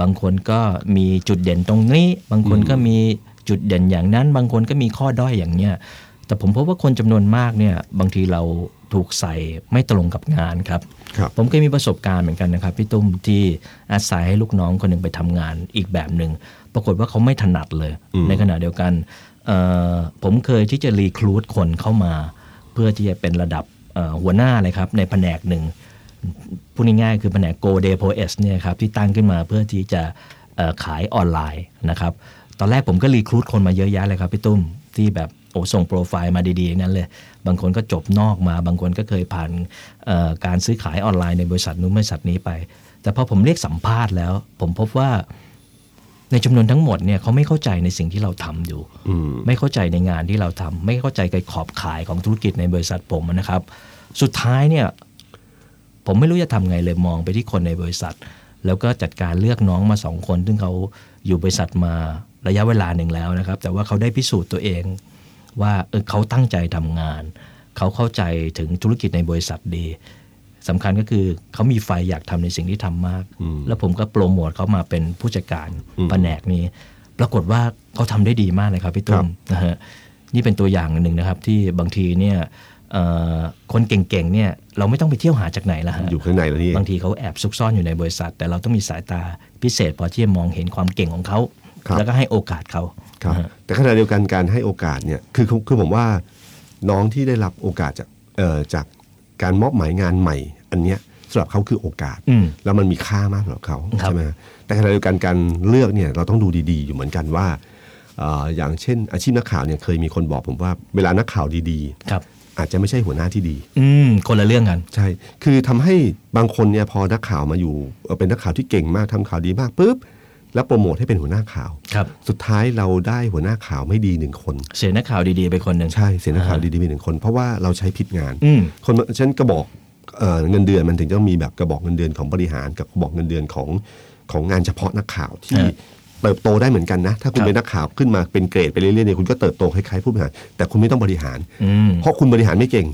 Speaker 4: บางคนก็มีจุดเด่นตรงนี้ บางคนก็มีจุดเด่นอย่างนั้น บางคนก็มีข้อด้อยอย่างเนี้ย แต่ผมพบว่าคนจำนวนมากเนี่ยบางทีเราถูกใส่ไม่ตรงกับงานครับ
Speaker 5: ครับ
Speaker 4: ผมเคยมีประสบการณ์เหมือนกันนะครับพี่ตุ้มที่อาศัยให้ลูกน้องคนหนึ่งไปทำงานอีกแบบหนึ่งปรากฏว่าเขาไม่ถนัดเลย ในขณะเดียวกันเอ่อผมเคยที่จะรีครูดคนเข้ามา เพื่อที่จะเป็นระดับเอ่อหัวหน้าเลยครับในแผนกหนึ่ง พูดง่ายๆคือแผนก Go d a y p o s เนี่ยครับที่ตั้งขึ้นมาเพื่อที่จะเอ่อขายออนไลน์นะครับ ตอนแรกผมก็รีครูดคนมาเยอะแยะเลยครับพี่ตุ้มที่แบบโอ้ส่งโปรไฟล์มาดีๆทั้งนั้นเลย บางคนก็จบนอกมา บางคนก็เคยผ่านเอ่อการซื้อขายออนไลน์ในบริษัทนู้นบริษัทนี้ไป แต่พอผมเรียกสัมภาษณ์แล้ว ผมพบว่า ในจำนวนทั้งหมดเนี่ยเขาไม่เข้าใจในสิ่งที่เราทำอยู่ ไม่เข้าใจในงานที่เราทำไม่เข้าใจในขอบขายของธุรกิจในบริษัทผมนะครับ สุดท้ายเนี่ย ผมไม่รู้จะทำไงเลยมองไปที่คนในบริษัท แล้วก็จัดการเลือกน้องมาสองคน ซึ่งเขาอยู่บริษัทมาระยะเวลาหนึ่งแล้วนะครับ แต่ว่าเขาได้พิสูจน์ตัวเอง ว่าเออเขาตั้งใจทำงาน เขาเข้าใจถึงธุรกิจในบริษัทดีสำคัญก็คือเขามีไฟอยากทำในสิ่งที่ทำมาก แล้วผมก็โปรโมทเขามาเป็นผู้จัดการแผนกนี้ ปรากฏว่าเขาทำได้ดีมากเลยครับพี่ตุ้มนะฮะนี่เป็นตัวอย่างหนึ่งนะครับที่บางทีเนี่ยเอ่อคนเก่งๆเนี่ยเราไม่ต้องไปเที่ยวหาจากไหนละฮะ
Speaker 5: อยู่ข้างในแล้วนี่เอง
Speaker 4: บางทีเขาแอบซุกซ่อนอยู่ในบริษัท แต่เราต้องมีสายตาพิเศษพอที่จะมองเห็นความเก่งของเขา แล้วก็ให้โอกาสเขา
Speaker 5: ครับ
Speaker 4: นะฮะ
Speaker 5: แต่ขณะเดียวกันการให้โอกาสเนี่ยคือคือคือผมว่าน้องที่ได้รับโอกาสจากเอ่อจากการมอบหมายงานใหม่ อันเนี้ยสำหรับเขาคือโอกาส
Speaker 4: อืม
Speaker 5: แล้วมันมีค่ามากสำหรับเขา
Speaker 4: ครับ
Speaker 5: ใช่ไหมฮะแต่ขณะเดียวกันการเลือกเนี่ยเราต้องดูดีๆ อยู่เหมือนกันว่าเอ่ออย่างเช่น อาชีพนักข่าวเนี่ยเคยมีคนบอกผมว่าเวลานักข่าวดี
Speaker 4: ครับ
Speaker 5: ๆ อาจจะไม่ใช่หัวหน้าที่ดี
Speaker 4: อืม คนละเรื่องกัน
Speaker 5: ใช่ คือทำให้บางคนเนี่ยพอนักข่าวมาอยู่เอ่อเป็นนักข่าวที่เก่งมากทำข่าวดีมากปุ๊บแล้วโปรโมทให้เป็นหัวหน้าข่าว
Speaker 4: ครับ
Speaker 5: สุดท้ายเราได้หัวหน้าข่าวไม่ดีหนึ่งคน
Speaker 4: เสียนักข่าวดีๆไปคนหนึ่ง
Speaker 5: ใช่เสียนักข่าวดีๆมีหนึ่งคน เพราะว่าเราใช้ผิดงาน
Speaker 4: อืม
Speaker 5: คนเช่นกระบอกเอ่อเงินเดือนมันถึงจะมีแบบกระบอกเงินเดือนของบริหารกับกระบอกเงินเดือนของของงานเฉพาะนักข่าวที่
Speaker 4: ฮะ
Speaker 5: เติบโตได้เหมือนกันนะ ถ้าคุณ
Speaker 4: ครับ
Speaker 5: เป็นนักข่าวขึ้นมาเป็นเกรดไปเรื่อยๆเนี่ยคุณก็เติบโตคล้ายๆผู้บริหาร แต่คุณไม่ต้องบริหาร
Speaker 4: อืม
Speaker 5: เพราะคุณบริหารไม่เก่ง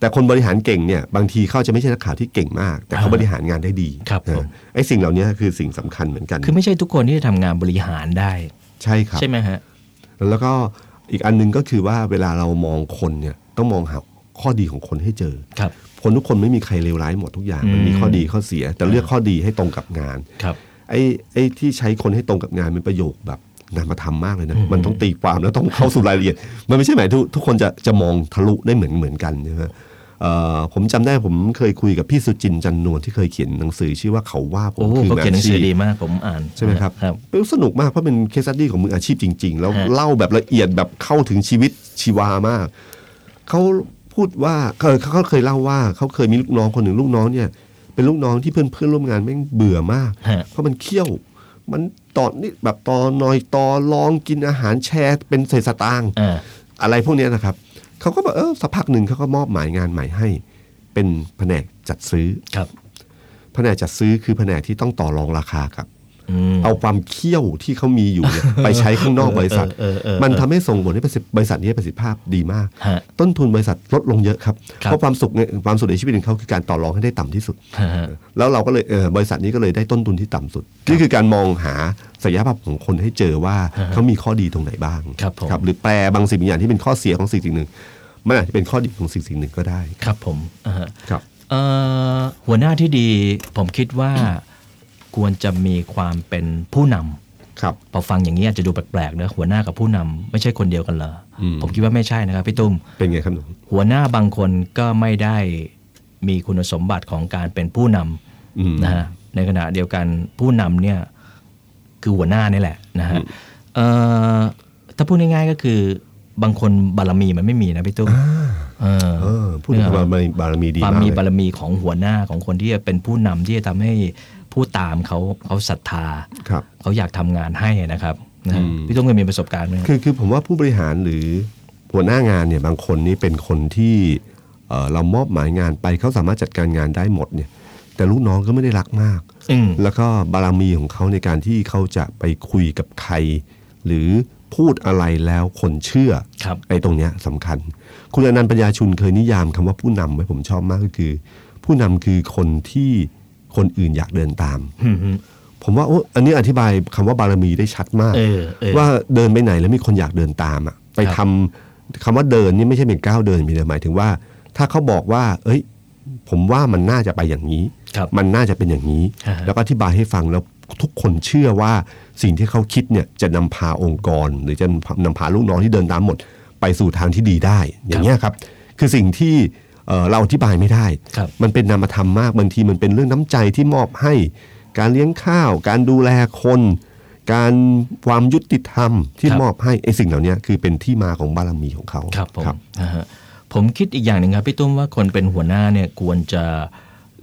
Speaker 5: แต่คนบริหารเก่งเนี่ยบางทีเขาอาจจะไม่ใช่นักข่าวที่เก่งมาก แต่เขา
Speaker 4: อ่า
Speaker 5: บริหารงานได้ดี
Speaker 4: ครับผม
Speaker 5: นะไอ้สิ่งเหล่านี้คือสิ่งสำคัญเหมือนกัน
Speaker 4: คือไม่ใช่ทุกคนที่จะทำงานบริหารได้
Speaker 5: ใช่ครับ
Speaker 4: ใช่ไหมฮะ
Speaker 5: แล้วก็อีกอันหนึงก็คือว่าเวลาเรามองคนเนี่ยต้องมองหาข้อดีของคนให้เจอ
Speaker 4: ครับ
Speaker 5: คนทุกคนไม่มีใครเลวร้ายหมดทุกอย่าง มันมี
Speaker 4: อืม
Speaker 5: ข้อดีข้อเสีย แต่เลือกข้อดีให้ตรงกับงาน
Speaker 4: ครับ
Speaker 5: ไอ้ไอ้ที่ใช้คนให้ตรงกับงานเป็นประโยคแบบนามธรรมมากเลยนะมันต้องตีความแล้วต้องเข้าสู่รายละเอียด มันไม่ใช่หมายทุกทุกคนจะจะมองทะลุได้เหมือนเหมือนกันใช่ไหมเอ่อผมจำได้ผมเคยคุยกับพี่สุจินต์จันนวลที่เคยเขียนหนังสือชื่อว่าเขาว่าผม
Speaker 4: โอ้
Speaker 5: คือ
Speaker 4: เขาเขียนหนังสือ
Speaker 5: อาชีพ
Speaker 4: ดีมากผมอ่าน
Speaker 5: ใช่ไหมครับ
Speaker 4: ครับ
Speaker 5: เออสนุกมากเพราะเป็นเคส e ั d y ของมืออาชีพจริง ๆ แล้ว
Speaker 4: ฮะ
Speaker 5: เล่าแบบละเอียดแบบเข้าถึงชีวิตชีวามาก เขาพูดว่าเคยเขาเคยเล่าว่าเขาเคยมีลูกน้องคนหนึ่งลูกน้องเนี่ย เป็นลูกน้องที่เพื่อนเพื่อนร่วมงานแม่งเบื่อมาก
Speaker 4: ฮะ
Speaker 5: เพราะมันเคี่ยว มันตอนนี่แบบตอนนอยตอลองกินอาหารแชร์เป็นเศษสตางค์
Speaker 4: อ่า
Speaker 5: อะไรพวกเนี้ยนะครับ เขาก็บอกเออสักพักหนึ่งเขาก็มอบหมายงานใหม่ให้ เป็นแผนกจัดซื้อ
Speaker 4: ครับ
Speaker 5: แผนกจัดซื้อคือแผนกที่ต้องต่อรองราคาครับ
Speaker 4: อืม
Speaker 5: เอาความเขี้ยวที่เขามีอยู่เนี่ย ไปใช้ข้างนอกบริษัท
Speaker 4: เออเออเออเออ
Speaker 5: มันทำให้ส่งผลให้ประสิทธิบริษัทนี้ประสิทธิภาพดีมาก
Speaker 4: ฮะ
Speaker 5: ต้นทุนบริษัทลดลงเยอะครับ
Speaker 4: ครับ
Speaker 5: เพราะความสุขในความสุขในชีวิตของเขาคือการต่อรองให้ได้ต่ำที่สุด
Speaker 4: ฮะฮะ
Speaker 5: แล้วเราก็เลยเออบริษัทนี้ก็เลยได้ต้นทุนที่ต่ำสุด นี่คือการมองหาศักยภาพของคนให้เจอว่าเขามีข้อดีตรงไหนบ้าง
Speaker 4: ครับผม
Speaker 5: หรือแปลบางสิ่งบางอย่างที่เป็นข้อเสียของสิ่งสิ่งหนึ่งมันอาจจะเป็นข้อดีของสิ่งสิ่งหนึ่งก็ได้
Speaker 4: ครับผมอ่าฮะ
Speaker 5: ครับ
Speaker 4: เอ่อหัวหน้าที่ดีผมคิดว่า ควรจะมีความเป็นผู้นำ
Speaker 5: ครับ
Speaker 4: พอฟังอย่างนี้อาจจะดูแปลกๆนะหัวหน้ากับผู้นำไม่ใช่คนเดียวกันเหรออผมคิดว่าไม่ใช่นะครับพี่ตุ้ม
Speaker 5: เป็นไงครับหนู
Speaker 4: หัวหน้าบางคนก็ไม่ได้มีคุณสมบัติของการเป็นผู้น
Speaker 5: อืม
Speaker 4: ำนะฮะในขณะเดียวกันผู้นำเนี่ยคือหัวหน้านี่แหละนะฮะเอ่อถ้าพูดง่ายๆก็คือบางคนบารมีมันไม่มีนะพี่ตุ้มเออ
Speaker 5: เออพูดถึงบารมีบารมีดี
Speaker 4: ความ
Speaker 5: มาก
Speaker 4: มี
Speaker 5: เล
Speaker 4: บาร
Speaker 5: ย
Speaker 4: มีของหัวหน้าของคนที่จะเป็นผู้นำที่จะทำให้ผู้ตามเขาเขาศรัทธา
Speaker 5: ครับ
Speaker 4: เขาอยากทำงานให้นะครับนะฮะพี่ตุ้มเคยมีประสบการณ์ไหมครับ
Speaker 5: คือคือผมว่าผู้บริหารหรือหัวหน้างานเนี่ยบางคนนี่เป็นคนที่เอ่อเรามอบหมายงานไปเขาสามารถจัดการงานได้หมดเนี่ย แต่ลูกน้องก็ไม่ได้รักมาก
Speaker 4: อืม
Speaker 5: แล้วก็บารมีของเขาในการที่เขาจะไปคุยกับใคร หรือพูดอะไรแล้วคนเชื่อ
Speaker 4: ครับ
Speaker 5: ไอ้ตรงเนี้ยสำคัญ คุณอนันต์ปัญญาชุนเคยนิยามคำว่าผู้นำไว้ผมชอบมากก็คือ ผู้นำคือคนที่คนอื่นอยากเดินตาม ผมว่าโอ้อันนี้อธิบายคำว่าบารมีได้ชัดมาก
Speaker 4: เออเออ
Speaker 5: ว่าเดินไปไหนแล้วมีคนอยากเดินตามอะไป
Speaker 4: ครับ
Speaker 5: ทำคำว่าเดินนี่ไม่ใช่เป็นก้าวเดินมีแต่หมายถึงว่า ถ้าเขาบอกว่า เอ้ย ผมว่ามันน่าจะไปอย่างนี้
Speaker 4: ครับ
Speaker 5: มันน่าจะเป็นอย่างนี้
Speaker 4: ฮะ
Speaker 5: แล้วก็อธิบายให้ฟังแล้วทุกคนเชื่อว่าสิ่งที่เขาคิดเนี่ยจะนำพาองค์กร หรือจะนำพาลูกน้องที่เดินตามหมด ไปสู่ทางที่ดีได้ อย่างเงี้ยครับ คือสิ่งที่เอ่อเราอธิบายไม่ได้
Speaker 4: ครับ
Speaker 5: มันเป็นนามธรรมมากบางทีมันเป็นเรื่องน้ำใจที่มอบให้ การเลี้ยงข้าว การดูแลคน การความยุติธรรมที่
Speaker 4: ครับ
Speaker 5: มอบให้ไอ้สิ่งเหล่าเนี้ยคือเป็นที่มาของบารมีของเขา
Speaker 4: ครับผมนะฮะผมคิดอีกอย่างหนึ่งครับพี่ตุ้มว่าคนเป็นหัวหน้าเนี่ยควรจะ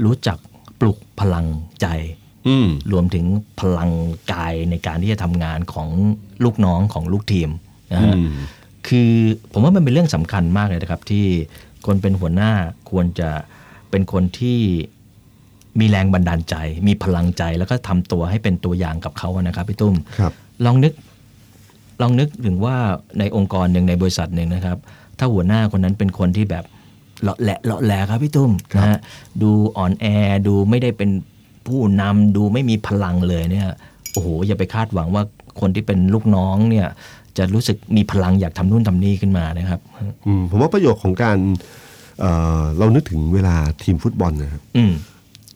Speaker 4: รู้จักปลุกพลังใจ
Speaker 5: อืม
Speaker 4: รวมถึงพลังกายในการที่จะทำงานของลูกน้องของลูกทีมนะฮะ
Speaker 5: อืม
Speaker 4: คือผมว่ามันเป็นเรื่องสำคัญมากเลยนะครับ ที่คนเป็นหัวหน้าควรจะเป็นคนที่มีแรงบันดาลใจ มีพลังใจแล้วก็ทำตัวให้เป็นตัวอย่างกับเขาอะนะครับพี่ตุ้ม
Speaker 5: ครับ
Speaker 4: ลองนึกลองนึกถึงว่าในองค์กรหนึ่งในบริษัทหนึ่งนะครับ ถ้าหัวหน้าคนนั้นเป็นคนที่แบบเลาะแหละเลาะแหละครับพี่ตุ้มนะฮะดูอ่อนแอดูไม่ได้เป็นผู้นำดูไม่มีพลังเลยเนี่ยโอ้โหอย่าไปคาดหวังว่าคนที่เป็นลูกน้องเนี่ย จะรู้สึกมีพลังอยากทำนู่นทำนี่ขึ้นมานะครับ
Speaker 5: อืมผมว่าประโยชน์ของการเอ่อเรานึกถึงเวลาทีมฟุตบอลนะครับ
Speaker 4: อืม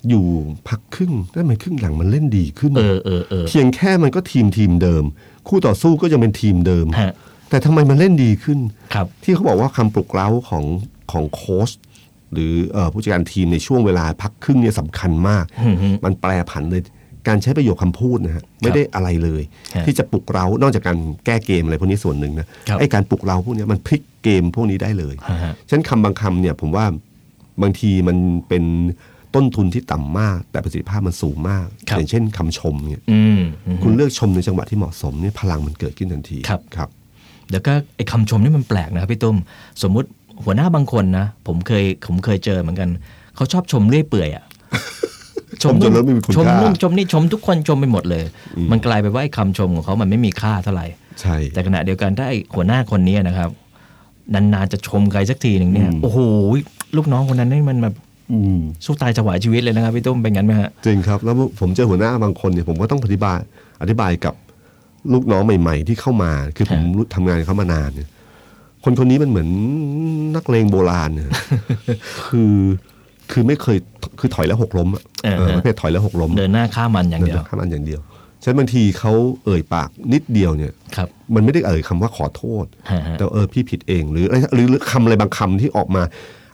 Speaker 5: อยู่พักครึ่งได้ไหมครึ่งหลังมันเล่นดีขึ้น
Speaker 4: เออเออเออ
Speaker 5: เพียงแค่มันก็ทีมทีมเดิม คู่ต่อสู้ก็ยังเป็นทีมเดิม
Speaker 4: ฮะ
Speaker 5: แต่ทำไมมันเล่นดีขึ้น
Speaker 4: ครับ
Speaker 5: ที่เขาบอกว่าคำปลุกเร้าของของโค้ชหรือเอ่อผู้จัดการทีมในช่วงเวลาพักครึ่งเนี่ยสำคัญมาก
Speaker 4: อือฮึ
Speaker 5: มันแปรผันเลยการใช้ประโยคคำพูดนะฮะไม่ได้อะไรเลย
Speaker 4: ฮะ
Speaker 5: ที่จะปลุกเร้านอกจากการแก้เกมอะไรพวกนี้ส่วนหนึ่งนะครับไอ้การปลุกเร้าพวกเนี้ยมันพลิกเกมพวกนี้ได้เลย
Speaker 4: ฮะฮะ
Speaker 5: ฉะนันคำบางคำเนี่ยผมว่าบางทีมันเป็นต้นทุนที่ต่ำมาก แต่ประสิทธิภาพมันสูงมาก อย่างเช่นคำชมเนี่ย
Speaker 4: อืมอืม
Speaker 5: คุณเลือกชมในจังหวะที่เหมาะสมเนี่ยพลังมันเกิดขึ้นทันที
Speaker 4: ครับ
Speaker 5: ครับ
Speaker 4: เดี๋ยวก็ไอ้คำชมนี่มันแปลกนะครับพี่ตุ้มสมมุติหัวหน้าบางคนนะ ผมเคยผมเคยเจอเหมือนกัน เขาชอบชมเรื่อยเปื่อยอะ
Speaker 5: ชมจนแล้วไม่มีคุณ
Speaker 4: ชม
Speaker 5: ค่า
Speaker 4: นู่นชมนี่ชมทุกคนชมไปหมดเลย มันกลายไปนว่าไอ้คำชมของเขามันไม่มีค่าเท่าไหร่
Speaker 5: ใช่
Speaker 4: แต่ขณะเดียวกันถ้าไอ้หัวหน้าคนนี้นะครับ นานๆจะชมใครสักทีหนึ่งเนี่ยโอ้โหลูกน้องคนนั้นนี่มันแบบ
Speaker 5: อืม
Speaker 4: สู้ตายถวายชีวิตเลยนะครับพี่ตุ้มเป็นงั้นไหมฮะ
Speaker 5: จริงครับ แล้วผมเจอหัวหน้าบางคนเนี่ยผมก็ต้องอธิบายอธิบายกับลูกน้องใหม่ ๆ ที่เข้ามา คือผมรู้ทำงานกับเขามานานเนี่ย คนคนนี้มันเหมือนนักเลงโบราณเนี่ย คือคือไม่เคยคือถอยแล้วหกล้มอะ
Speaker 4: เออ
Speaker 5: เออประเภทถอยแล้วหกล้ม
Speaker 4: เดินหน้าฆ่ามันอย่างเดียว
Speaker 5: ข้ามอันอย่างเดียวฉะนั้นบางทีเขาเอ่ยปากนิดเดียวเนี่ย
Speaker 4: ครับ
Speaker 5: มันไม่ได้เอ่ยคำว่าขอโทษ
Speaker 4: ฮะฮะ
Speaker 5: แต่เออพี่ผิดเองหรืออะไรหรือหรือคำอะไรบางคำที่ออกมา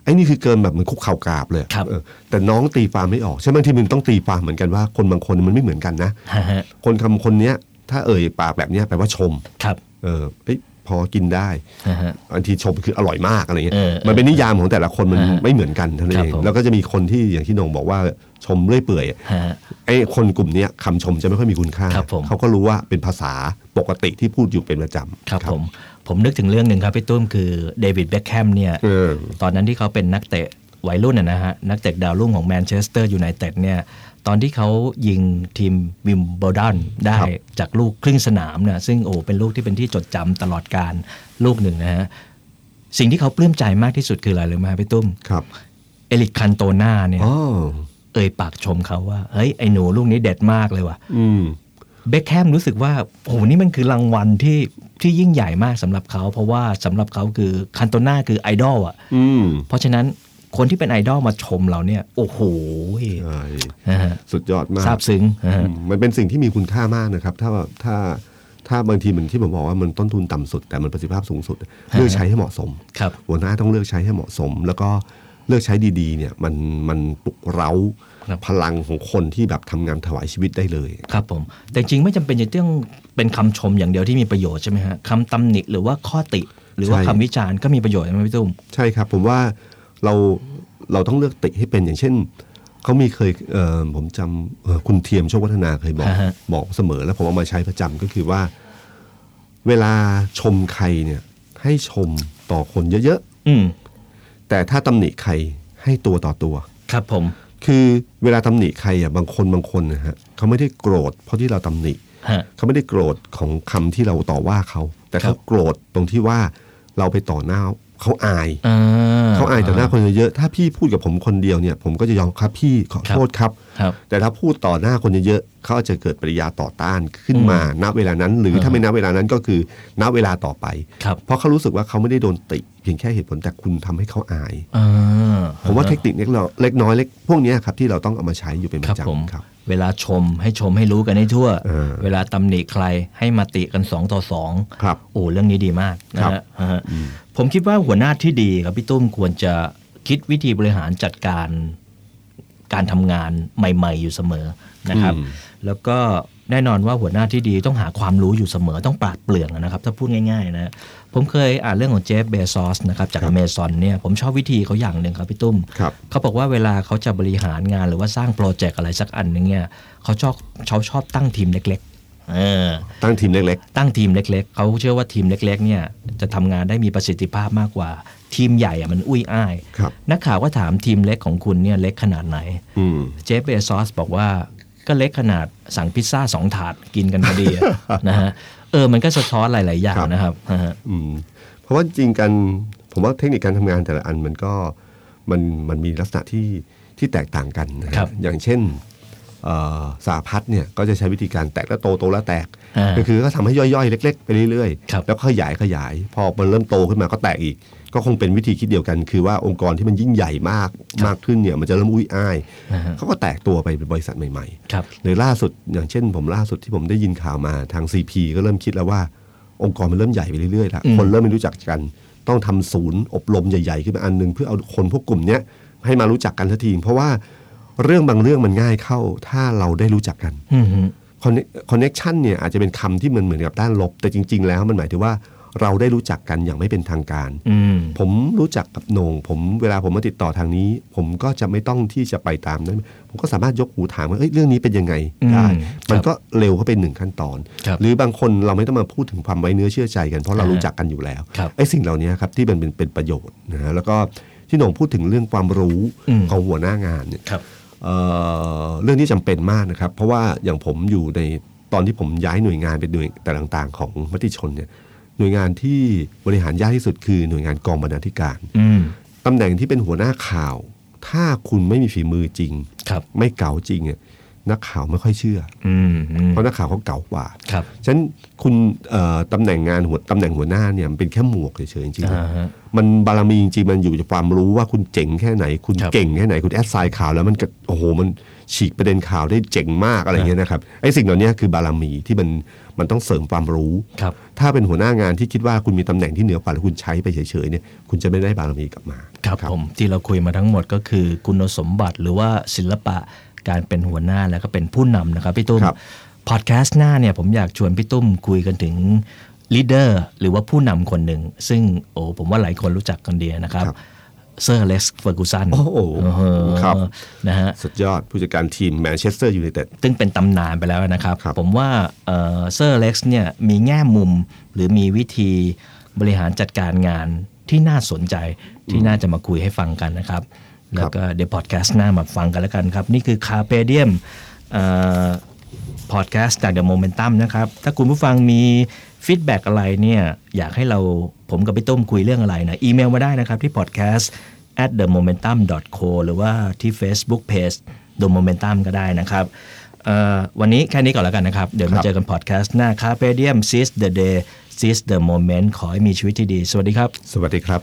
Speaker 5: ไอ้นี่คือเกินแบบเหมันคุกเข่ากราบเลย
Speaker 4: ครับ
Speaker 5: เออแต่น้องตีความไม่ออกใช่ไหมบางทีมันต้องตีความเหมือนกันว่าคนบางคนมันไม่เหมือนกันนะ
Speaker 4: ฮะฮะ
Speaker 5: คนคำคนเนี้ย ถ้าเอ่ยปากแบบเนี้ยแปลว่าชม
Speaker 4: ครับ
Speaker 5: เออเฮ้ยพอกินได้
Speaker 4: ฮะฮะ
Speaker 5: บางทีชมคืออร่อยมากอะไรเงี้ย
Speaker 4: เออ
Speaker 5: มันเป็นนิยามของแต่ละคนมัน
Speaker 4: ฮะฮะ
Speaker 5: ไม่เหมือนกันเท่านั้น
Speaker 4: ครับ
Speaker 5: เอง
Speaker 4: ผม
Speaker 5: แล้วก็จะมีคนที่อย่างที่นงบอกว่าชมเรื่อยเปื่อยอะ
Speaker 4: ฮะฮะ
Speaker 5: ไอ้คนกลุ่มเนี้ยคำชมจะไม่ค่อยมีคุณค่า
Speaker 4: ครับผม
Speaker 5: เขาก็รู้ว่าเป็นภาษาปกติที่พูดอยู่เป็นประจำ
Speaker 4: ครับผมผมนึกถึงเรื่องหนึ่งครับพี่ตุ้มคือเดวิดเบคแฮมเนี่ย
Speaker 5: เออ
Speaker 4: ตอนนั้นที่เขาเป็นนักเตะวัยรุ่นนะนะฮะนักเตะดาวรุ่งของแมนเชสเตอร์ยูไนเต็ดเนี่ยตอนที่เขายิงทีมวิมเบิลดันได้
Speaker 5: ครับ
Speaker 4: จากลูกครึ่งสนามเนี่ยซึ่งโอ้เป็นลูกที่เป็นที่จดจำตลอดการลูกหนึ่งนะฮะสิ่งที่เขาปลื้มใจมากที่สุดคืออะไรเลยไหมครับพี่ตุ้ม
Speaker 5: ครับ
Speaker 4: เอลิกคันโตนาเนี่ย
Speaker 5: อ๋อ
Speaker 4: เอ่ยปากชมเขาว่าเฮ้ยไอ้หนูลูกนี้เด็ดมากเลยว่ะ
Speaker 5: อืม
Speaker 4: เบคแฮมรู้สึกว่าโอ้โหนี่มันคือรางวัลที่ที่ยิ่งใหญ่มากสำหรับเขา เพราะว่าสำหรับเขาคือคันโตนาคือไอดอลอ่ะ
Speaker 5: อืม
Speaker 4: เพราะฉะนั้น คนที่เป็นไอดอลมาชมเราเนี่ย โอ้โห
Speaker 5: ใช่
Speaker 4: นะฮะ
Speaker 5: สุดยอดมาก
Speaker 4: ซาบซึ้งนะฮะ
Speaker 5: อืมมันเป็นสิ่งที่มีคุณค่ามากนะครับ ถ้าถ้าถ้าบางทีเหมือนที่ผมบอกว่ามันต้นทุนต่ำสุด แต่มันประสิทธิภาพสูงสุด เลือกใช้ให้เหมาะสม
Speaker 4: ครับ
Speaker 5: หัวหน้าต้องเลือกใช้ให้เหมาะสม แล้วก็เลือกใช้ดีๆ เนี่ยมันมันปลุกเร้าพลังของคนที่แบบทำงานถวายชีวิตได้เลย
Speaker 4: ครับผม แต่จริงไม่จำเป็นจะต้องเป็นคำชมอย่างเดียวที่มีประโยชน์ใช่ไหมฮะคำตำหนิหรือว่าข้อติ หรือว่า
Speaker 5: ใช่
Speaker 4: คำวิจารณ์ก็มีประโยชน์ใช่ไหมพี่ตุ้ม
Speaker 5: ใช่ครับ ผมว่าเราเราต้องเลือกติให้เป็นอย่างเช่นเขามีเคยเอ่อผมจำเอ่อคุณเทียมโชควัฒนาเคยบอก
Speaker 4: ฮะฮะ
Speaker 5: บอกเสมอ แล้วผมเอามาใช้ประจำก็คือว่า เวลาชมใครเนี่ยให้ชมต่อคนเยอะ
Speaker 4: อืม
Speaker 5: ๆ แต่ถ้าตำหนิใครให้ตัวต่อตัว
Speaker 4: ครับผม
Speaker 5: คือเวลาตำหนิใครอ่ะบางคนบางคนนะฮะเขาไม่ได้โกรธเพราะที่เราตำหนิ
Speaker 4: ฮะ
Speaker 5: เขาไม่ได้โกรธของคำที่เราต่อว่าเขา แต่
Speaker 4: ค
Speaker 5: เขา
Speaker 4: รับ
Speaker 5: โกรธตรงที่ว่าเราไปต่อหน้าเขาอาย
Speaker 4: อ่า
Speaker 5: เขาอายต่อหน้าคนเยอะๆ ถ้าพี่พูดกับผมคนเดียวเนี่ย ผมก็จะยอมครับพี่ขอโทษครับ
Speaker 4: ครับ
Speaker 5: แต่ถ้าพูดต่อหน้าคนเยอะๆ เขาอาจจะเกิดปริยาต่อต้านขึ้นมา ณ เวลานั้น หรือถ้าไม่ณเวลานั้นก็คือ ณ เวลาต่อไป
Speaker 4: ครับ
Speaker 5: เพราะเขารู้สึกว่าเขาไม่ได้โดนติ เพียงแค่เหตุผลแต่คุณทำให้เขาอาย
Speaker 4: อ่า
Speaker 5: ผมว่าเทคนิคเล็กน้อยเล็กน้อยเล็กพวกเนี้ยครับที่เราต้องเอามาใช้อยู่เป็นป
Speaker 4: ครับ
Speaker 5: ระ
Speaker 4: ผม
Speaker 5: จำครับ
Speaker 4: เวลาชมให้ชมให้รู้กันให้ทั่ว
Speaker 5: เออ
Speaker 4: เวลาตำหนิใครให้มาติกันสองต่อสอง
Speaker 5: ครับ
Speaker 4: โอ้เรื่องนี้ดีมากนะครับ ฮะฮะผมคิดว่าหัวหน้าที่ดีครับพี่ตุ้มควรจะคิดวิธีบริหารจัดการ การทำงานใหม่ ๆ อยู่เสมอนะครับ แล้วก็แน่นอนว่าหัวหน้าที่ดีต้องหาความรู้อยู่เสมอต้องปราดเปรื่องนะครับ ถ้าพูดง่ายๆนะผมเคยอ่านเรื่องของเจฟเบซอสนะครับจากอเมซอนเนี่ยผมชอบวิธีเขาอย่างหนึ่งครับพี่ตุ้ม
Speaker 5: ครับ
Speaker 4: เขาบอกว่าเวลาเขาจะบริหารงานหรือว่าสร้างโปรเจกต์อะไรสักอันหนึงเนี่ยเขาชอบเขาชอบตั้งทีมเล็กๆเออ
Speaker 5: ตั้งทีมเล็ก
Speaker 4: ตั้งทีมเล็กๆ เขาเชื่อว่าทีมเล็ก ๆ เนี่ยจะทำงานได้มีประสิทธิภาพมากกว่า ทีมใหญ่อะมันอุ้ยอ้าย
Speaker 5: ครับ
Speaker 4: นักข่าวก็ถามทีมเล็กของคุณเนี่ยเล็กขนาดไหน
Speaker 5: ๆ อืม
Speaker 4: เจฟเบซอสบอกว่าก็เล็กขนาดสั่งพิซซ่าสองถาดกินกันพอดี อะ นะฮะเออมันก็สะท้อนหลาย ๆ อย่าง
Speaker 5: ครับ
Speaker 4: นะครับนะฮะ
Speaker 5: อืมเพราะว่าจริงๆการผมว่าเทคนิคการทำงานแต่ละอันมันก็มันมันมีลักษณะที่ที่แตกต่างกันนะค
Speaker 4: ครั
Speaker 5: รั
Speaker 4: บบ
Speaker 5: อย่างเช่นเอ่อสาพัฒน์เนี่ยก็จะใช้วิธีการแตกแล้วโตโตแล้วแตก
Speaker 4: อ่า
Speaker 5: ก็คือก็ทำให้ย่อยๆ เล็ก ๆ ไปเรื่อย
Speaker 4: ครับ
Speaker 5: ๆ แล้วก็ขยายขยาย พอมันเริ่มโตขึ้นมาก็แตกอีก ก็คงเป็นวิธีคิดเดียวกัน คือว่าองค์กรที่มันยิ่งใหญ่มากมากขึ้นเนี่ยมันจะเริ่มอุ้ยอ้าย
Speaker 4: อ่าฮะ
Speaker 5: เขาก็แตกตัวไปเป็นบริษัทใหม่ ๆ
Speaker 4: ครับ
Speaker 5: หรือล่าสุดอย่างเช่น ผมล่าสุดที่ผมได้ยินข่าวมาทาง CP ก็เริ่มคิดแล้วว่า องค์กรมันเริ่มใหญ่ไปเรื่อยๆแล้วคนเริ่มไม่รู้จักกัน ต้องทำศูนย์อบรมใหญ่ๆขึ้นมาอันหนึงเพื่อเอาคนพวกกลุ่มเนี้ยให้มารู้จักกันทันที เพราะว่าเรื่องบางเรื่องมันง่ายเข้า ถ้าเราได้รู้จักกัน
Speaker 4: อืมฮึ
Speaker 5: คอนเน็ชันเนี่ยอาจจะเป็นคำที่มันเหมือนกับด้านลบ แต่จริง ๆ แล้วมันหมายถึงว่าเราได้รู้จักกันอย่างไม่เป็นทางการ
Speaker 4: อืม
Speaker 5: ผมรู้จักกับโหนงผมเวลาผมมาติดต่อทางนี้ ผมก็จะไม่ต้องที่จะไปตามนั้น ผมก็สามารถยกหูถามว่าเอ้ยเรื่องนี้เป็นยังไงได้
Speaker 4: อืม
Speaker 5: มันก็เร็วเข้าไปหนึ่งขั้นตอน
Speaker 4: ครับ
Speaker 5: หรือบางคนเราไม่ต้องมาพูดถึงความไว้เนื้อเชื่อใจกันเพราะเรารู้จักกันอยู่แล้ว
Speaker 4: ครับ
Speaker 5: ไอ้สิ่งเหล่านี้ครับที่เป็นเป็นเป็นประโยชน์นะฮะแล้วก็ที่โหนงพูดถึงเรื่องความรู้
Speaker 4: อืม
Speaker 5: ของหัวหน้างานเนี่ย
Speaker 4: ครับ
Speaker 5: เอ่อเรื่องที่จำเป็นมากนะครับ เพราะว่าอย่างผมอยู่ในตอนที่ผมย้ายหน่วยงานไปหน่วยแต่ต่างๆ ของมติชนเนี่ยหน่วยงานที่บริหารยากที่สุดคือหน่วยงานกองบรรณาธิการ
Speaker 4: อืม
Speaker 5: ตำแหน่งที่เป็นหัวหน้าข่าว ถ้าคุณไม่มีฝีมือจริง
Speaker 4: ครับ
Speaker 5: ไม่เก๋าจริงเนี่ยนักข่าวไม่ค่อยเชื่อ
Speaker 4: อืมอืม
Speaker 5: เพราะนักข่าวเขาเก๋ากว่า
Speaker 4: ครับ
Speaker 5: ฉะนั้นคุณเอ่อตำแหน่งงานหัวตำแหน่งหัวหน้าเนี่ยมันเป็นแค่หมวกเฉยๆจริงๆ
Speaker 4: อ่าฮะ
Speaker 5: มันบารมีจริงๆมันอยู่จากความรู้ว่าคุณเจ๋งแค่ไหน คุณ
Speaker 4: ครับ
Speaker 5: เก่งแค่ไหนคุณแอดไซน์ข่าวแล้วมันก็โอ้โหมันฉีกประเด็นข่าวได้เจ๋งมากอะไรเงี้ยนะครับไอ้สิ่งเหล่านี้คือบารมีที่มันมันต้องเสริมความรู้
Speaker 4: ครับ
Speaker 5: ถ้าเป็นหัวหน้างานที่คิดว่าคุณมีตำแหน่งที่เหนือกว่าแล้วคุณใช้ไปเฉยๆเนี่ยคุณจะไม่ได้บารมีกลับมา
Speaker 4: ครับผมที่เราคุยมาทั้งหมดก็คือคุณสมบัติหรือว่าศิลปะการเป็นหัวหน้าแล้วก็เป็นผู้นำนะครับพี่ตุ้ม
Speaker 5: ครับ
Speaker 4: พอดแคสต์หน้าเนี่ยผมอยากชวนพี่ตุ้มคุยกันถึงลีดเดอร์หรือว่าผู้นำคนหนึ่ง ซึ่งโอ้ผมว่าหลายคนรู้จักกันเดียนะครับเซอร์เล็กซ์เฟอร์กูสัน
Speaker 5: โอ้โหครับ
Speaker 4: นะฮะ
Speaker 5: สุดยอดผู้จัดการทีมแมนเชสเตอร์ยูไนเต็ด
Speaker 4: ซึ่งเป็นตำนานไปแล้วนะครับ
Speaker 5: ครับ
Speaker 4: ผมว่าเอ่อเซอร์เล็กซ์เนี่ยมีแง่มุมหรือมีวิธีบริหารจัดการงานที่น่าสนใจที่น่าจะมาคุยให้ฟังกันนะครับ แล้วก็เดี๋ยวพอดแคสต์หน้ามาฟังกันแล้วกันครับ นี่คือคาเปเดียม พอดแคสต์จาก The Momentum นะครับ ถ้าคุณผู้ฟังมีฟีดแบ็กอะไรเนี่ยอยากให้เราผมกับพี่ต้มคุยเรื่องอะไรนะอีเมลมาได้นะครับที่ podcast at the momentum co หรือว่าที่ Facebook page the momentum ก็ได้นะครับเอ่อวันนี้แค่นี้ก่อนแล้วกันนะครับ เดี๋ยวมา
Speaker 5: ครับ
Speaker 4: เจอกันพอดแคสต์หน้าคาเ p เดียม s i z the day s i z the moment ขอให้มีชีวิตที่ดี สวัสดีครับ
Speaker 5: สวัสดีครับ